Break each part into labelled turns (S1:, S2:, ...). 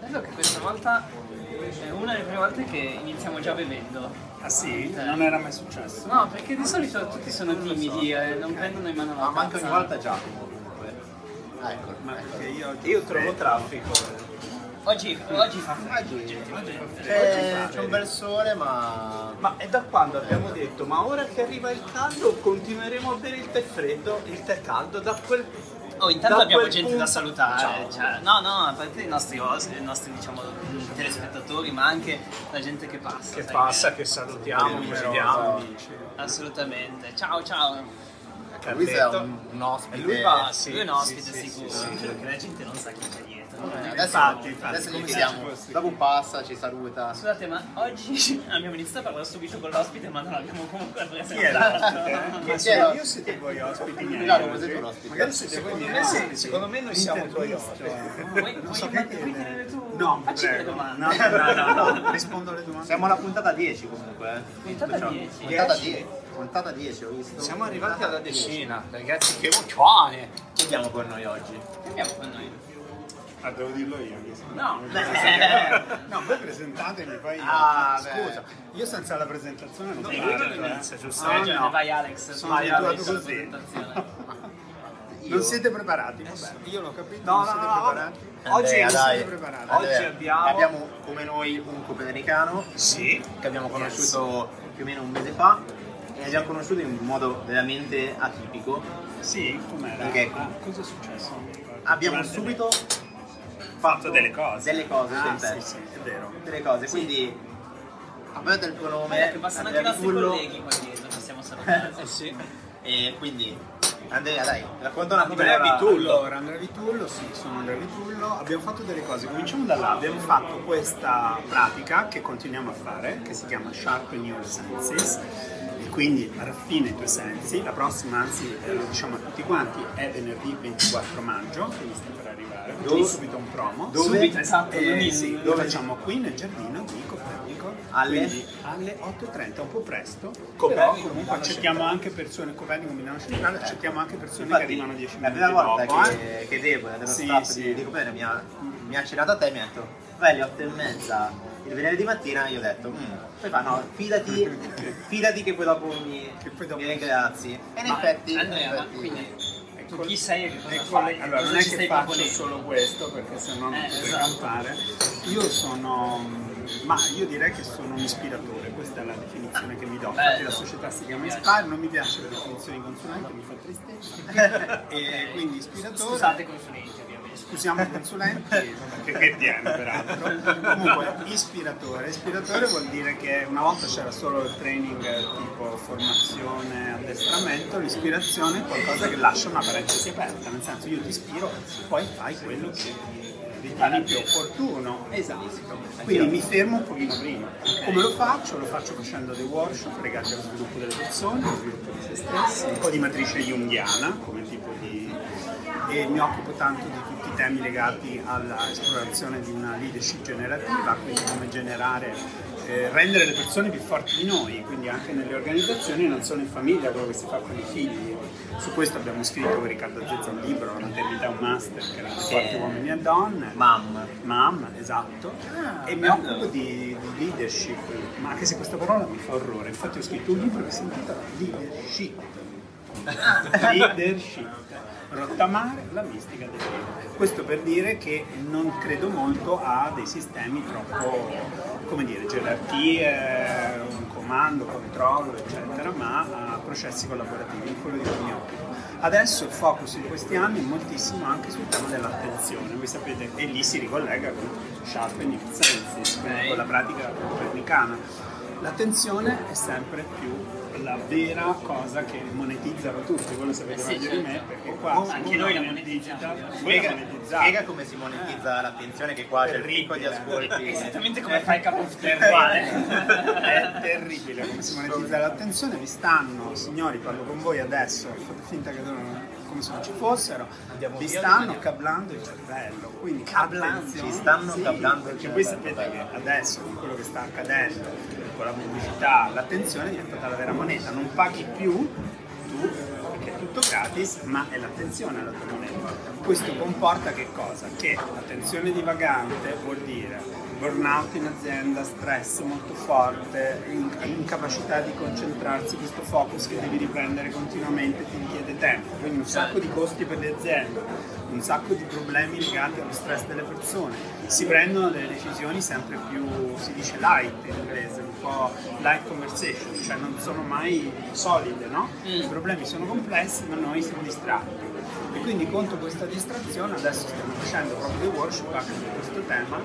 S1: credo che questa volta è una delle prime volte che iniziamo già bevendo.
S2: Ah sì? Non era mai successo.
S1: No, perché di solito tutti sono timidi e non prendono in mano la
S3: Ma manca
S1: tazza.
S3: ogni volta Giacomo comunque. Ah, Eccolo.
S2: Ma
S3: eccolo.
S2: perché io,
S4: Io trovo traffico.
S1: Oggi, oggi fa freddo,
S3: Oggi-
S2: Eh,
S1: oggettivamente.
S3: Eh, C'è, c'è un bel sole ma...
S4: Ma è da quando abbiamo detto, ma ora che arriva il caldo continueremo a bere il tè freddo, il tè caldo, da quel...
S1: Oh, intanto
S4: da
S1: abbiamo
S4: quel
S1: gente
S4: punto-
S1: da salutare.
S4: Ciao.
S1: cioè, no, no, a parte i nostri ospiti, i nostri diciamo, telespettatori, ma anche la gente che passa.
S2: che
S1: sai
S2: passa, che salutiamo, che
S4: Numerosa.
S2: vediamo, amici.
S1: Assolutamente. Ciao, ciao.
S3: Lui è
S4: Carletto.
S3: un, un ospite.
S4: E lui va-
S1: Ah,
S2: sì,
S1: lui è un
S2: sì,
S1: ospite
S2: sì,
S1: sicuro.
S2: sì, sì.
S1: Solo che la gente non sa chi c'è dietro.
S3: Eh, adesso
S2: Infatti, infatti,
S3: adesso gli
S2: come
S3: chiediamo.
S2: piace.
S3: Dopo passa, ci saluta.
S1: Scusate, ma oggi abbiamo iniziato a parlare subito con l'ospite, ma non l'abbiamo comunque
S2: Chi è l'ospite?
S1: presentato.
S2: Ma
S3: Chi
S2: se-
S3: era?
S2: Io siete voi ospiti miei.
S3: No, non
S2: oggi?
S3: siete un ospite.
S2: Magari siete voi miei
S4: me Eh sì,
S2: ospiti.
S4: secondo me noi siamo tuoi
S2: Interviste.
S4: ospiti.
S1: Vuoi, vuoi, ma- vuoi tenere tu?
S2: No,
S1: Facci
S2: prego.
S1: le domande.
S2: No, no, no, no, rispondo alle domande.
S3: Siamo alla puntata 10 comunque. eh.
S1: Puntata 10.
S3: Puntata 10. Puntata 10 ho visto.
S4: Siamo arrivati alla decina.
S2: Cina, ragazzi, che emozione!
S3: Chi abbiamo con noi oggi?
S1: Che abbiamo con noi?
S5: Ah, devo dirlo io. anche se-
S1: No.
S5: no, voi presentatemi, poi io.
S3: Ah, beh.
S5: Scusa, io senza la presentazione non
S1: Sì,
S5: parlo,
S1: quello
S5: eh.
S1: inizia,
S2: giusto?
S1: Hai ragione, vai Alex,
S2: Sono
S1: vai
S2: abituato
S1: Alex alla
S2: così.
S1: presentazione.
S3: Io?
S5: Non siete preparati, vabbè.
S4: Io l'ho capito.
S2: No,
S4: non
S2: no,
S4: siete
S2: no,
S4: preparati?
S2: no. Oggi
S3: Andrea,
S2: non
S3: dai.
S2: siete preparati.
S3: Andrea,
S4: Oggi abbiamo-
S3: abbiamo come noi un copernicano
S2: Sì.
S3: che abbiamo conosciuto più o meno un mese fa e abbiamo conosciuto in un modo veramente atipico.
S2: Sì, com'era?
S3: Ok.
S2: Ah, cosa è successo? Non mi ricordo.
S3: Abbiamo
S2: Durante-
S3: subito
S2: fatto delle cose.
S3: Delle cose,
S2: Ah,
S3: sì,
S2: sì,
S3: beh.
S2: sì, è vero.
S3: tutte le cose, quindi abbiate il tuo
S1: Guarda
S3: nome,
S1: Eh, che passano anche i
S3: Andrea
S1: nostri
S3: Rifullo.
S1: colleghi qua dietro, possiamo salutare.
S3: Eh,
S1: sì.
S3: e quindi Andrea dai, racconta una
S2: Andrea
S3: com'era-
S2: Vitullo.
S4: Allora, Andrea Vitullo, sì, sono Andrea Vitullo, abbiamo fatto delle cose,
S2: Cominciamo da là, abbiamo fatto questa pratica che continuiamo a fare, che si chiama Sharpen Your Senses, e quindi raffina i tuoi sensi, la prossima anzi eh, lo diciamo a tutti quanti, è venerdì 24 maggio, quindi sta per arrivare, facciamo
S3: Dove?
S2: subito un promo.
S3: Dove?
S1: Subito, esatto,
S2: Eh,
S1: non
S2: sì,
S1: in-
S2: lo facciamo qui nel giardino di Copernico
S3: Alle?
S2: quindi alle 8.30, un po' presto.
S4: Copernico,
S2: però comunque
S4: Milano
S2: accettiamo anche persone, Copernico Milano Centrale, accettiamo anche persone
S3: Infatti,
S2: che arrivano 10
S3: la
S2: minuti
S3: prima volta
S2: dopo. eh.
S3: che, che Deborah dello
S2: Sì,
S3: staff
S2: sì.
S3: di, di Copernico mi ha, mi ha cenato a te e mi ha detto vai alle 8 e mezza il venerdì mattina io ho detto "Mm". poi fa no fidati fidati che poi dopo mi,
S2: Che poi dopo-
S3: mi ringrazi e in
S1: Ma,
S3: effetti, in
S1: Andrea, ma
S3: effetti-
S1: quindi tu
S2: Ecco-
S1: chi sei e che cosa
S2: ecco,
S1: fai?
S2: Allora,
S1: Cosa
S2: non è
S1: ci
S2: che
S1: stai
S2: faccio
S1: proponendo?
S2: solo questo, perché sennò non
S1: Eh,
S2: potrei
S1: esatto.
S2: campare. Io sono. mm, Ma io direi che sono un ispiratore, questa è la definizione che mi do. Infatti
S1: Bello.
S2: la società si chiama
S1: Mi piace.
S2: Inspire, non mi piace la definizione consulente, mi fa tristezza. e quindi ispiratore.
S1: Scusate consulenti, ovviamente.
S2: Scusiamo i consulenti, che, che tiene peraltro. Comunque, ispiratore. Ispiratore vuol dire che una volta c'era solo il training eh, tipo formazione, addestramento, l'ispirazione è qualcosa che lascia una parentesi aperta, nel senso io ti ispiro, poi fai quello che ritieni più opportuno. Esatto. Quindi mi fermo un pochino prima. Come lo faccio? Lo faccio facendo dei workshop legati allo sviluppo delle persone, allo sviluppo di se stessi, un po' di matrice junghiana come tipo di e mi occupo tanto di tutti i temi legati all'esplorazione di una leadership generativa, quindi come generare, eh, rendere le persone più forti di noi, quindi anche nelle organizzazioni, non solo in famiglia, quello che si fa con i figli. Su questo abbiamo scritto con Riccardo Zezza un libro, La maternità è un master, che era forti uomini e donne.
S3: Mamma.
S2: Mam, esatto, e mi occupo di, di leadership, ma anche se questa parola mi fa orrore, infatti ho scritto un libro che si intitola Leadership. leadership, rottamare la mistica del libro. Questo per dire che non credo molto a dei sistemi troppo, come dire, gerarchie, un comando, controllo, eccetera, ma a processi collaborativi, quello di cui mi occupo. Adesso il focus in questi anni è moltissimo anche sul tema dell'attenzione, voi sapete, e lì si ricollega con Sharp e Nick Sensis, quindi con la pratica copernicana. L'attenzione è sempre più la vera cosa che monetizzano tutti, voi lo sapete
S1: Eh sì,
S2: meglio di me,
S1: certo.
S2: perché qua
S1: Anche
S2: siccome
S1: noi la
S2: nel
S1: monetizziamo.
S2: digital- Voi la
S3: Spiega, spiega
S2: monetizzate.
S3: come si monetizza l'attenzione che qua c'è il ricco di ascolti.
S1: Esattamente come fai il capo
S2: È
S1: uguale.
S2: terribile come si monetizza l'attenzione, vi stanno, signori, parlo con voi adesso, fate finta che non, come se non ci fossero, vi stanno cablando il cervello, quindi
S3: Cablando?
S2: attenzione.
S3: Ci stanno
S2: Sì,
S3: cablando il
S2: perché voi
S3: cervello,
S2: sapete che adesso con quello che sta accadendo, con la pubblicità, l'attenzione è diventata la vera moneta, non paghi più tu, perché tu tutto gratis, ma è l'attenzione alla tua moneta. Questo comporta che cosa? Che attenzione divagante vuol dire burnout in azienda, stress molto forte, in- incapacità di concentrarsi, questo focus che devi riprendere continuamente ti richiede tempo, quindi un sacco di costi per le aziende un sacco di problemi legati allo stress delle persone. Si prendono delle decisioni sempre più, si dice light in inglese, un po' light conversation, cioè non sono mai solide, no? I problemi sono complessi ma noi siamo distratti. E quindi contro questa distrazione adesso stiamo facendo proprio dei workshop anche su questo tema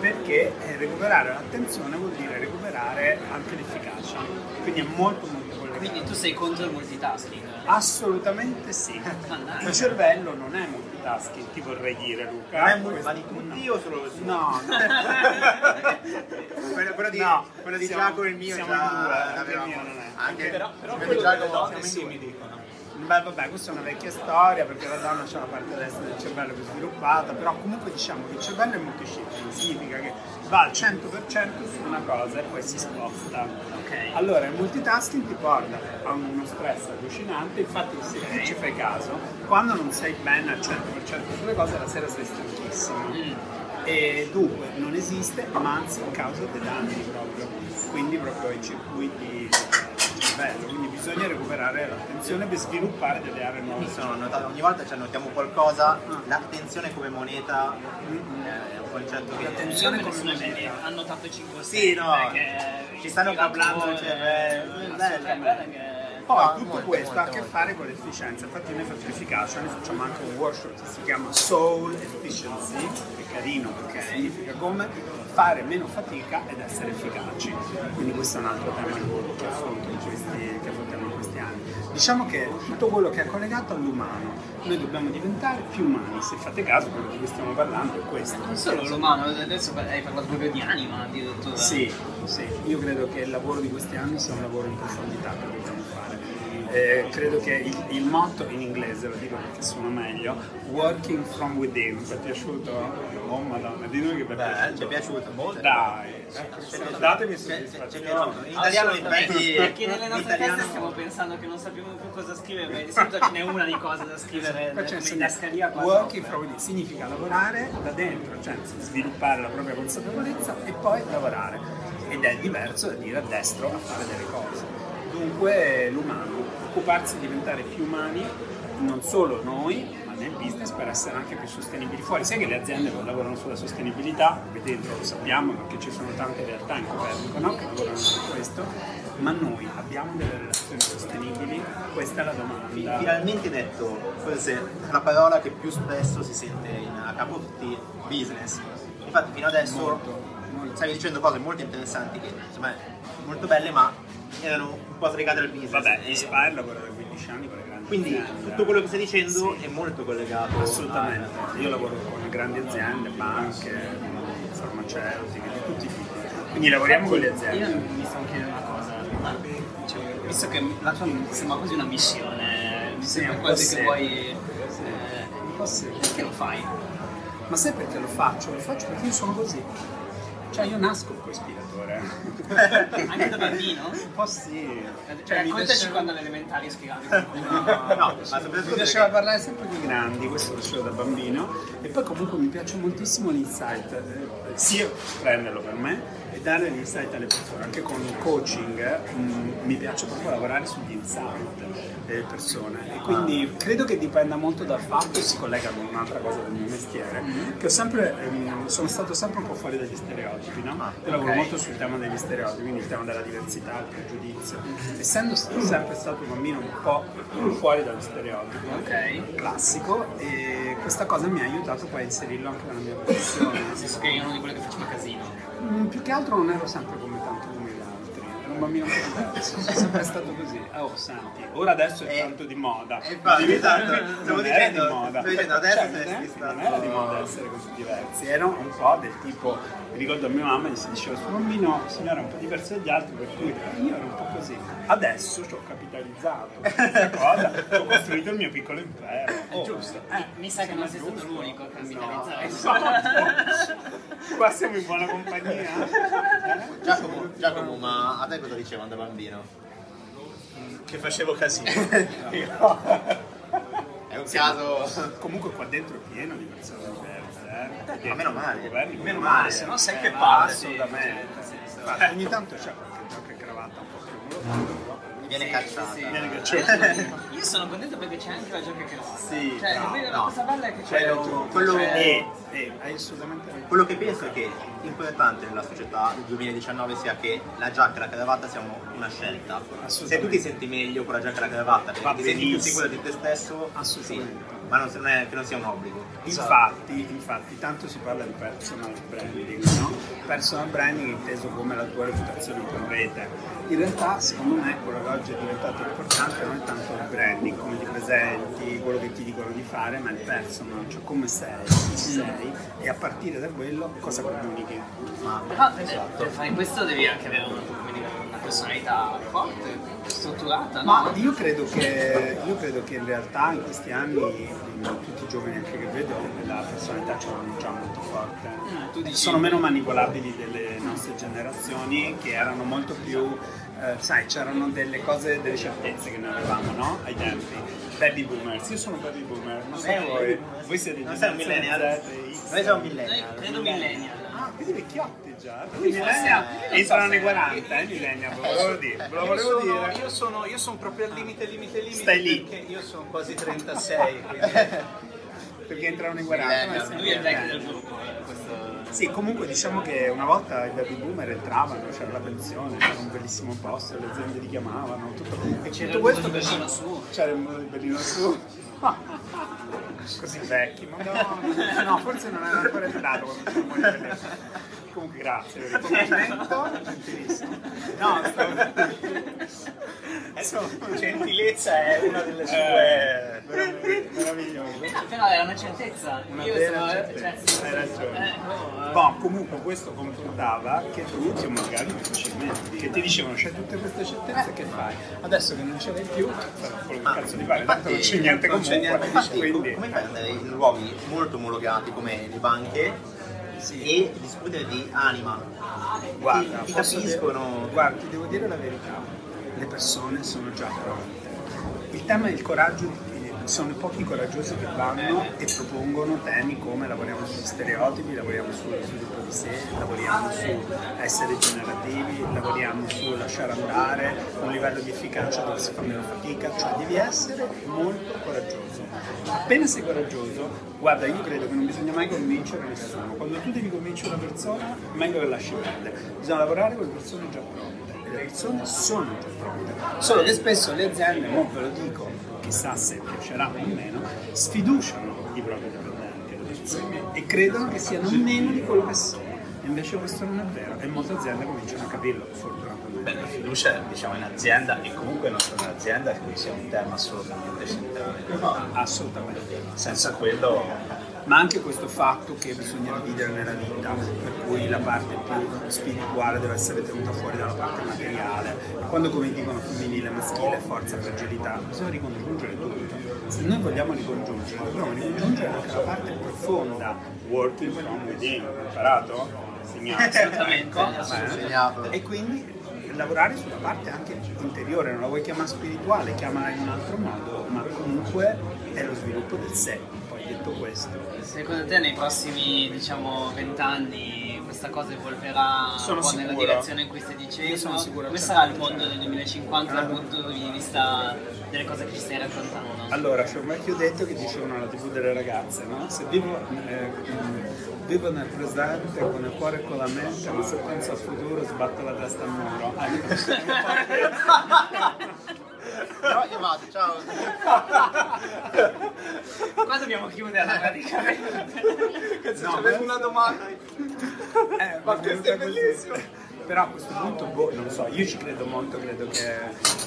S2: perché eh, recuperare l'attenzione vuol dire recuperare anche l'efficacia. Quindi è molto molto collegato.
S1: Quindi tu sei contro il multitasking?
S2: Assolutamente sì.
S1: Mannaggia.
S2: Il cervello non è multitasking, ti vorrei dire Luca.
S3: Ma è molto
S2: Questo-
S3: ma di tutti o solo così?
S2: No,
S3: Quello, quello di,
S2: No,
S3: quello di
S2: siamo-
S3: Giacomo e il mio
S2: siamo
S3: già
S2: in due, anche
S3: l'avevamo-
S2: il mio non è.
S3: Anche
S4: Però, però
S3: quello di
S4: quello delle
S3: Giacomo
S4: donne sì
S3: siamo
S4: mi
S3: in due.
S4: dicono.
S2: Beh, vabbè, questa è una vecchia storia perché la donna ha la parte destra del cervello più sviluppata, però comunque diciamo che il cervello è molto shifting, significa che va al 100% su una cosa e poi si sposta.
S1: Ok.
S2: Allora, il multitasking ti porta a uno stress allucinante, infatti se tu ci fai caso, quando non sei bene al 100% sulle cose, la sera sei stanchissimo. E dunque non esiste, ma anzi causa dei danni proprio, quindi proprio ai circuiti del cervello, quindi bisogna recuperare l'attenzione per sviluppare delle aree nuove.
S3: Mi sono annotato, ogni volta ci annotiamo qualcosa, l'attenzione come moneta eh, è un concetto che...
S1: Attenzione con
S2: come
S1: una
S2: moneta.
S1: bene, hanno notato 5
S3: Sì, no,
S1: perché
S3: ci stanno
S1: il
S3: parlando,
S1: lavoro-
S3: cioè, eh,
S1: Sì,
S3: bello.
S1: cioè, guarda che-
S2: Poi
S3: Ah,
S2: tutto
S3: molto,
S2: questo
S3: molto,
S2: ha a che
S3: molto.
S2: fare con l'efficienza, infatti noi facciamo efficacia, noi facciamo anche un workshop che si chiama Soul Efficiency, è carino perché significa come fare meno fatica ed essere efficaci, quindi questo è un altro tema che- che affronto in questi, che affrontiamo in questi anni. Diciamo che tutto quello che è collegato all'umano, noi dobbiamo diventare più umani, se fate caso quello di cui stiamo parlando è questo.
S1: Non solo l'umano, adesso hai parlato proprio di anima addirittura.
S2: Sì, sì, io credo che il lavoro di questi anni sia un lavoro in profondità che dobbiamo fare. Eh, credo che il, il motto in inglese, lo dico perché suona meglio, working from within. Ti è piaciuto? Oh madonna, di noi che per
S3: Beh, ci è piaciuto molto.
S2: Dai, datemi
S3: Ci è ci è
S2: soddisfazione.
S3: piaciuto. In italiano in
S1: Assolutamente,
S3: belgi-
S1: perché nelle nostre
S3: l'italiano-
S1: teste stiamo pensando che non sappiamo più cosa scrivere, ma di solito ce n'è una di cose da scrivere
S2: Qua c'è
S1: come
S2: insegna-
S1: didascalia qua.
S2: Working from within significa lavorare da dentro, cioè sviluppare la propria consapevolezza e poi lavorare. Ed è diverso da dire a destro a fare delle cose. Dunque l'umano, occuparsi di diventare più umani, non solo noi, ma nel business per essere anche più sostenibili fuori. Sai che le aziende lavorano sulla sostenibilità, qui dentro lo sappiamo perché ci sono tante realtà in Copernico no? che lavorano su questo, ma noi abbiamo delle relazioni sostenibili? Questa è la
S3: Fi-
S2: domanda.
S3: Finalmente detto, forse la parola che più spesso si sente in, a capo di tutti, business. Infatti fino adesso stavi dicendo cose molto interessanti che insomma molto belle ma erano un po' slegate al business.
S2: Vabbè,
S3: E-
S2: Inspire lavora da 15 anni con le grandi
S3: Quindi
S2: aziende.
S3: tutto quello che stai dicendo è molto collegato.
S2: Assolutamente, io lavoro con grandi aziende, banche, farmaceutiche, di tutti i tipi. Quindi lavoriamo con le
S1: Io
S2: aziende.
S1: mi stavo chiedendo una cosa, ma, cioè, visto che la tua sembra quasi una missione, mi
S2: Sì,
S1: sembra
S2: un po'
S1: quasi
S2: sì.
S1: che vuoi... eh, perché lo fai?
S2: Ma sai perché lo faccio? Lo faccio perché io sono così. Cioè io nasco con ispiratore.
S1: Anche da bambino?
S2: Un po' sì.
S1: Cioè,
S2: mi
S1: raccontaci
S2: piaceva-
S1: quando all'elementare spiegavi qualcuno.
S3: No, ma
S2: Mi
S3: soprattutto
S2: piaceva
S3: perché
S2: parlare sempre con i grandi, questo lo facevo da bambino e poi comunque mi piace moltissimo l'insight, eh, sia prenderlo per me e dare l'insight alle persone, anche con il coaching eh, mh, mi piace proprio lavorare sugli insight delle persone e quindi
S3: Ah.
S2: credo che dipenda molto dal fatto, e si collega con un'altra cosa del mio mestiere,
S3: Mm-hmm.
S2: che ho sempre, ehm, sono stato sempre un po' fuori dagli stereotipi, no?
S3: Ah,
S2: Io lavoro
S3: ok.
S2: molto sul tema degli stereotipi, quindi il tema della diversità, il pregiudizio, essendo st- sempre stato un bambino un po' fuori dallo stereotipo
S1: Ok.
S2: classico e questa cosa mi ha aiutato poi a inserirlo anche nella mia professione.
S1: Nel senso che io ero uno di quelli che faceva casino.
S2: Mm, più che altro non ero sempre come tanto come gli altri, ero un bambino molto diverso, sono sempre stato così. Oh, senti, ora adesso è
S3: Eh,
S2: tanto di moda.
S3: eh, infatti, esatto, stavo
S2: non era
S3: dicendo-
S2: di moda.
S3: stavo dicendo, adesso
S2: non,
S3: sei
S2: è-
S3: stato-
S2: non era di moda essere così diversi, ero un po' del tipo, mi ricordo a mia mamma gli si diceva sono un bambino, signora, un po' diverso dagli altri, per cui io ero un po' così. Adesso ci ho capitalizzato questa cosa, ho costruito il mio piccolo impero. Oh,
S1: giusto.
S2: eh,
S1: Mi sa che non sei
S2: sembra
S1: stato
S2: giusto.
S1: l'unico a
S2: No,
S1: capitalizzare.
S2: esatto. Qua siamo in buona compagnia.
S3: Giacomo, Giacomo, ma a te cosa dicevano da bambino?
S4: Che facevo casino.
S2: No.
S3: un caso...
S2: Comunque qua dentro è pieno di persone diverse, eh.
S3: Ma meno male.
S2: Governi
S1: Meno
S4: Ah,
S1: male, se no
S4: Eh,
S1: sai che palle. Assolutamente.
S2: Infatti, ogni tanto c'è qualche qualche cravatta un po' più
S3: Viene cacciata. Cioè,
S2: viene cacciata.
S1: Io sono contento perché c'è anche la giacca che va.
S3: Sì,
S1: Cioè,
S3: no,
S1: vedi, la
S3: no.
S1: cosa bella è che c'è
S3: Quello-
S1: tutto,
S3: quello-
S1: c'è-
S2: E, e hai assolutamente ragione.
S3: Quello che penso è che importante nella società del 2019 sia che la giacca e la cravatta siano una scelta. Se tu ti senti meglio con la giacca e la cravatta, perché
S2: Va
S3: ti senti più
S2: benissimo.
S3: sicuro di te stesso, sì,
S2: Assolutamente.
S3: ma non, non è, che non sia un obbligo.
S2: Infatti, infatti, tanto si parla di personal branding, no? Personal branding inteso come la tua reputazione in rete. In realtà, secondo me, quello che oggi è diventato importante non è tanto il branding, come ti presenti, quello che ti dicono di fare, ma il personal, cioè come sei, chi sei, e a partire da quello cosa comunichi.
S1: Però per-
S2: Esatto.
S1: per fare questo devi anche avere un- come dire, una personalità forte, strutturata.
S2: Ma
S1: no?
S2: io credo, che, io credo che in realtà in questi anni in tutti i giovani anche che vedo la personalità ce l'hanno già molto forte.
S1: Mm, tu dici-
S2: Sono meno manipolabili delle nostre generazioni che erano molto più, eh, sai, c'erano delle cose, delle certezze che noi avevamo, no? Ai tempi. Baby boomers, io sono baby boomer, non so
S3: Eh,
S2: voi, voi siete
S3: Non sei un
S2: generazione
S3: millennial.
S2: Z, X.
S3: Noi siamo
S1: Noi
S3: millennial.
S1: credo millennial.
S2: Ah, quindi vecchiotti già, perché i millennial entrano nei 40, eh, i millennial, ve lo volevo dire, ve lo
S4: Io sono,
S2: volevo dire.
S4: io, sono, io sono proprio al limite, limite, limite.
S2: Stai lì.
S4: Perché io sono quasi 36, quindi
S2: Perché entrano nei 40, ma
S1: Cioè, Lui è il vecchio del gruppo. eh, questo-
S2: Sì, comunque diciamo che una volta i baby boomer entravano, c'era la pensione, c'era un bellissimo posto, le aziende li chiamavano, tutto, e
S1: C'era
S2: tutto
S1: il
S2: questo
S1: mondo
S2: per-
S1: bellino su.
S2: C'era il mondo del bellino su. Così vecchi, ma no, no, forse non era ancora entrato quando facciamo il bellino. Comunque grazie per il complimento, gentilissimo. No, stavo...
S4: gentilezza è una delle
S2: Eh,
S4: sue...
S2: veramente meraviglioso.
S1: Eh, Però era una certezza.
S2: Una
S1: io
S2: vera
S1: sono.
S3: certo,
S2: certezza,
S1: cioè,
S2: eh, hai ragione.
S1: eh, oh, eh.
S2: Boh, comunque questo confrontava che tu ti omaggavi facilmente, che ti dicevano c'è tutte queste certezze che fai, adesso che non ce l'hai più, farò quello che cazzo di fare, tanto non c'è niente
S3: non c'è
S2: comunque,
S3: niente. Infatti,
S2: quindi
S3: come fai ad andare in luoghi molto omologati come le banche e discutere di anima?
S2: guarda,
S3: ti
S2: posso dire-
S3: capiscono.
S2: guarda, ti devo dire la verità, le persone sono già pronte. Il tema del coraggio, eh, sono pochi coraggiosi che vanno e propongono temi come lavoriamo sugli stereotipi, lavoriamo sullo sviluppo di sé, lavoriamo su essere generativi, lavoriamo su lasciare andare, un livello di efficacia dove si fa meno fatica, cioè devi essere molto coraggioso. Appena sei coraggioso, guarda, io credo che non bisogna mai convincere nessuno. Quando tu devi convincere una persona, meglio che lasci perdere. Bisogna lavorare con le persone già pronte. E Le persone sono già pronte. Solo che spesso le aziende, non ve lo dico, chissà se piacerà o meno, sfiduciano i propri dipendenti le persone, e credono che siano meno di quello che sono. E Invece questo non è vero e molte aziende cominciano a capirlo, fortunatamente.
S6: Beh, la
S3: Cioè,
S6: fiducia diciamo, in azienda e comunque non solo in azienda, quindi sia un tema assolutamente centrale.
S2: Assolutamente.
S6: Senza quello
S2: ma anche questo fatto che bisogna dividere nella vita, per cui la parte più spirituale deve essere tenuta fuori dalla parte materiale. Quando come dicono femminile, maschile, forza, fragilità, bisogna ricongiungere tutto. Se noi vogliamo ricongiungere, dobbiamo ricongiungere anche la parte profonda. Working from within, imparato?
S1: Assolutamente.
S2: eh.
S3: Insegnato.
S2: E quindi lavorare sulla parte anche interiore, non la vuoi chiamare spirituale, chiamala in un altro modo, ma comunque è lo sviluppo del sé. Poi detto questo,
S1: Eh, Secondo te nei prossimi diciamo vent'anni questa cosa evolverà
S2: Sono
S1: un po' nella
S2: sicuro.
S1: direzione in cui stai dicendo?
S2: Io sono sicuro al
S1: Come sarà il
S2: 100%.
S1: mondo del 2050 dal
S2: Allora.
S1: punto di vista delle cose che ci stai raccontando?
S2: Allora, c'è un vecchio detto che dicevano alla tv delle ragazze, no? Se vivo, eh, vivo nel presente con il cuore e con la mente, ma se penso al futuro sbatto la testa al muro.
S3: Però io vado, ciao.
S1: Qua dobbiamo chiuderla praticamente.
S2: No,
S4: Avevo una domanda.
S2: Eh,
S4: Ma questo è bellissimo.
S2: Però a questo punto, boh, non so, io ci credo molto, credo che,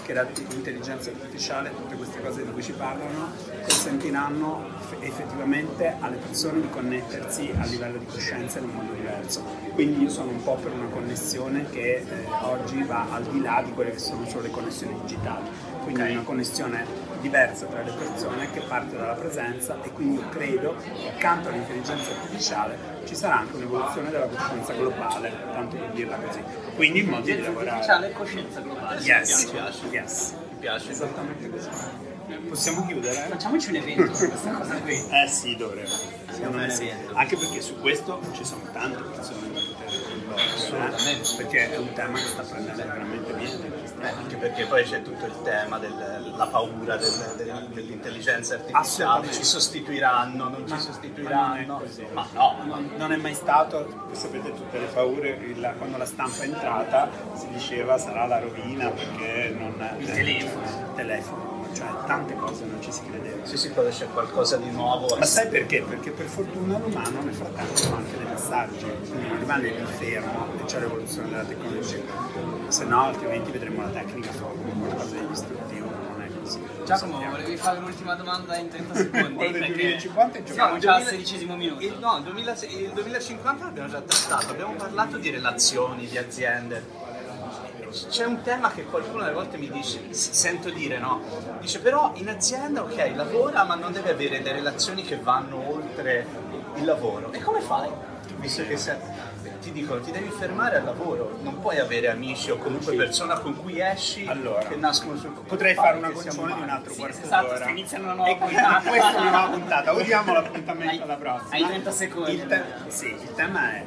S2: che la- l'intelligenza artificiale, tutte queste cose di cui ci parlano, consentiranno eff- effettivamente alle persone di connettersi a livello di coscienza in un modo diverso. Quindi io sono un po' per una connessione che eh, oggi va al di là di quelle che sono solo le connessioni digitali. Quindi una connessione diversa tra le persone che parte dalla presenza e quindi io credo che accanto all'intelligenza artificiale ci sarà anche un'evoluzione della coscienza globale, tanto per dirla così. Quindi il modo di
S1: Intelligenza
S2: lavorare.
S1: artificiale e coscienza globale.
S2: Yes,
S6: Mi piace.
S2: yes.
S6: mi piace.
S2: Esattamente così. Possiamo chiudere?
S1: Facciamoci un evento su questa cosa qui.
S2: Eh sì, dovremmo. Secondo
S3: me
S2: me
S3: sì.
S2: sì. Anche perché su questo ci sono tante persone da poter coinvolgere. Assolutamente. Perché è un tema che sta prendendo veramente niente.
S7: Eh, anche perché poi c'è tutto il tema della paura del- del- dell'intelligenza artificiale,
S2: Assolutamente.
S7: ci sostituiranno, non ci sostituiranno, ma no, ma
S2: Non è mai stato, sapete tutte le paure, il- quando la stampa è entrata si diceva sarà la rovina perché non... eh,
S1: Il telefono.
S2: il telefono, cioè tante cose non ci si credeva.
S7: sì sì quando c'è qualcosa di nuovo
S2: Ma sai perché? Perché per fortuna l'umano nel frattempo fa anche dei messaggi, quindi non rimane lì fermo e c'è l'evoluzione della tecnologia. Se no altrimenti vedremo la tecnica fuori come qualcosa di distruttivo, non è così.
S1: Giacomo, volevi fare l'ultima domanda in 30 secondi?
S2: Quello del
S1: Perché
S2: 2050 è già-
S1: Siamo già al
S4: 2000
S1: sedicesimo
S4: Il,
S1: minuto.
S4: no, il, 2000 il 2050 l'abbiamo già trattato, abbiamo parlato di relazioni, di aziende. C'è un tema che qualcuno alle volte mi dice, s- sento dire no, dice però in azienda ok lavora ma non deve avere delle relazioni che vanno oltre il lavoro. E come fai? Visto che se- ti dicono ti devi fermare al lavoro, non puoi avere amici o comunque persona con cui esci
S2: Allora,
S4: che nascono sul
S2: Potrei fare una
S4: che siamo
S2: concione di un
S4: umani.
S2: altro quarto
S1: Esatto,
S2: d'ora.
S1: sta iniziando una nuova
S2: E quindi Ah, questa è una nuova
S1: puntata.
S2: puntata, odiamo
S1: ah, Hai-
S2: l'appuntamento alla prossima.
S1: hai 30 secondi.
S2: Il, te- sì, il tema è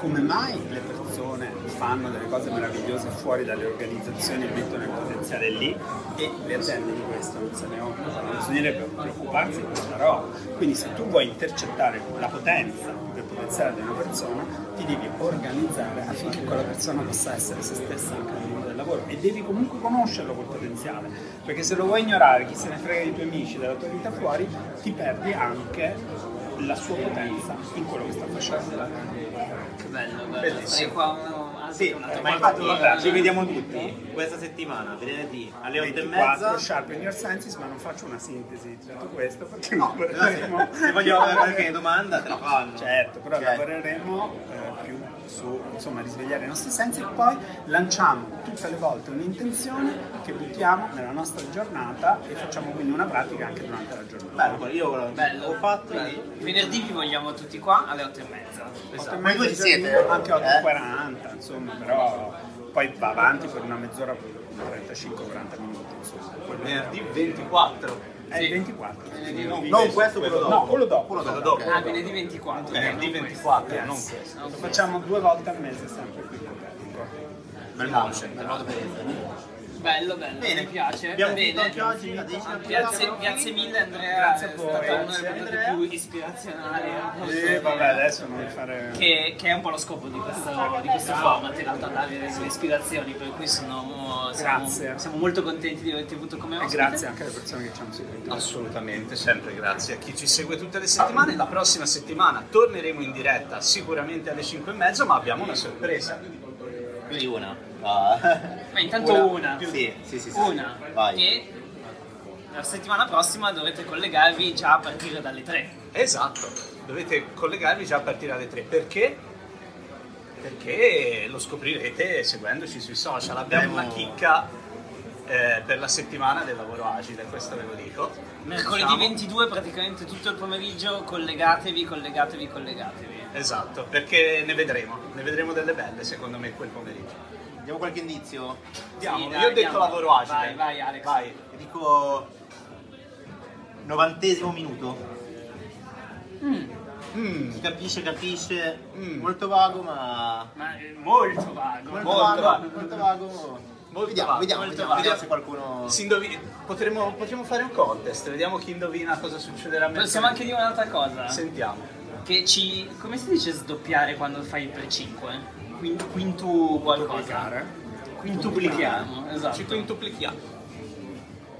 S2: come mai le persone fanno delle cose meravigliose fuori dalle organizzazioni e mettono il potenziale lì e le aziende di questo non se ne occupano, bisognerebbe preoccuparsi di questa roba. Quindi se tu vuoi intercettare la potenza del potenziale di una persona, ti devi organizzare affinché quella persona possa essere se stessa anche nel mondo del lavoro e devi comunque conoscerlo quel potenziale, perché se lo vuoi ignorare, chi se ne frega dei tuoi amici, della tua vita fuori, ti perdi anche la sua potenza in quello che sta facendo.
S1: Che bello, bello. Sei qua uno... ah,
S3: Sì,
S1: un altro
S3: ma
S1: quarto
S3: infatti
S1: d'ora.
S3: ci vediamo tutti questa settimana, venerdì alle 8 e
S2: 24
S3: mezza.
S2: sharp in your senses, ma non faccio una sintesi di tutto questo perché
S3: Allora,
S2: lavoreremo.
S3: Se se vogliono fare qualche domanda te la fanno.
S2: Certo, però
S3: Ok.
S2: lavoreremo eh, più su insomma risvegliare i nostri sensi e poi lanciamo tutte le volte un'intenzione che buttiamo nella nostra giornata e facciamo quindi una pratica anche durante la giornata.
S3: Bello, io
S1: Bello.
S3: l'ho fatto.
S1: bello.
S3: quindi-
S1: Venerdì vi vogliamo tutti qua alle 8 e mezza.
S2: Otto e
S3: esatto. Voi due ci
S2: mezza,
S3: siete?
S2: Anche
S3: Eh?
S2: 8.40, insomma, però poi va avanti per una mezz'ora, 35-40 minuti, insomma. Quello-
S4: Venerdì 24.
S2: È il 24.
S3: Non questo, quello dopo.
S2: No, quello dopo.
S3: Quello dopo.
S1: Ah, venerdì 24.
S4: Venerdì
S1: non
S4: 24,
S1: questo.
S4: non
S1: Yes.
S4: questo.
S1: Non
S2: Lo
S1: questo.
S2: facciamo due volte al mese sempre qui in Copernico.
S3: Bel modo, bel modo per il-
S1: Bello, bello,
S3: Bene.
S1: mi piace.
S3: Abbiamo
S1: Bene.
S3: finito anche oggi, la decima
S1: Grazie,
S3: puntata.
S1: grazie mille Andrea,
S2: Grazie a
S1: è
S2: voi.
S1: stata una
S2: Grazie,
S1: delle puntate
S2: Andrea.
S1: più ispirazionali.
S2: Eh, vabbè, adesso non fare...
S1: Che, che è un po' lo scopo di questo, di questo format, in realtà dare le sue ispirazioni, per cui sono, siamo,
S2: Grazie.
S1: siamo molto contenti di averti avuto
S3: Eh,
S1: come
S2: E
S1: ospite.
S2: grazie anche alle persone che ci hanno seguito.
S4: Assolutamente, sempre grazie a chi ci segue tutte le settimane. La prossima settimana torneremo in diretta sicuramente alle 5 e mezzo, ma abbiamo una sorpresa.
S3: Più di una. Ah.
S1: Ma intanto una,
S3: Sì, sì, sì. sì.
S1: una
S3: Vai.
S1: che la settimana prossima dovrete collegarvi già a partire dalle 3.
S4: Esatto, dovete collegarvi già a partire dalle 3. Perché? Perché lo scoprirete seguendoci sui social. Abbiamo una chicca eh, per la settimana del lavoro agile, questo ve lo dico.
S1: Mercoledì
S4: Diciamo-
S1: 22 praticamente tutto il pomeriggio, collegatevi, collegatevi, collegatevi.
S4: Esatto, perché ne vedremo, ne vedremo delle belle secondo me quel pomeriggio.
S3: Diamo qualche indizio?
S4: Diamolo,
S1: dai,
S4: io ho detto
S1: diamolo.
S4: lavoro agile.
S1: Vai, vai, Alex.
S4: Vai.
S3: Dico novantesimo minuto.
S4: Mm.
S3: Si capisce, capisce.
S4: Mm.
S3: Molto vago, ma.
S1: Ma è molto vago.
S3: Molto,
S4: Molto
S3: vago,
S4: vago.
S3: molto vago.
S4: Molto
S3: vediamo,
S4: vago,
S3: vediamo,
S4: molto
S3: vediamo,
S4: vago.
S3: vediamo se qualcuno.
S4: Si indovi- potremmo, potremmo fare un contest, vediamo chi indovina cosa succederà.
S1: Possiamo anche
S4: mercoledì.
S1: dire un'altra cosa.
S4: Sentiamo.
S1: Che ci. come si dice sdoppiare quando fai il pre 5? Quintu qualcosa. Quintuplichiamo, esatto.
S4: Ci quintuplichiamo.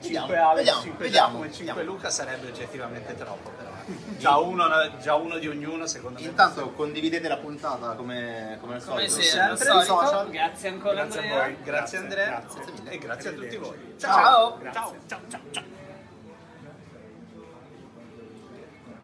S3: Vediamo,
S4: 5 Alex,
S3: vediamo,
S4: 5
S3: vediamo,
S4: Giacomo e 5
S3: vediamo.
S4: Luca sarebbe oggettivamente troppo però. Già uno, già uno di ognuno secondo me.
S3: Intanto condividete la puntata come, come al
S1: Come
S3: solito.
S1: se al
S3: sui
S1: solito,
S3: social.
S1: Grazie ancora
S2: Grazie a
S1: Andrea.
S2: voi.
S4: Grazie, Andrea
S2: Grazie.
S4: e grazie a tutti
S2: Arrivederci.
S4: voi.
S1: Ciao.
S2: Grazie.
S4: Ciao, ciao, ciao, ciao.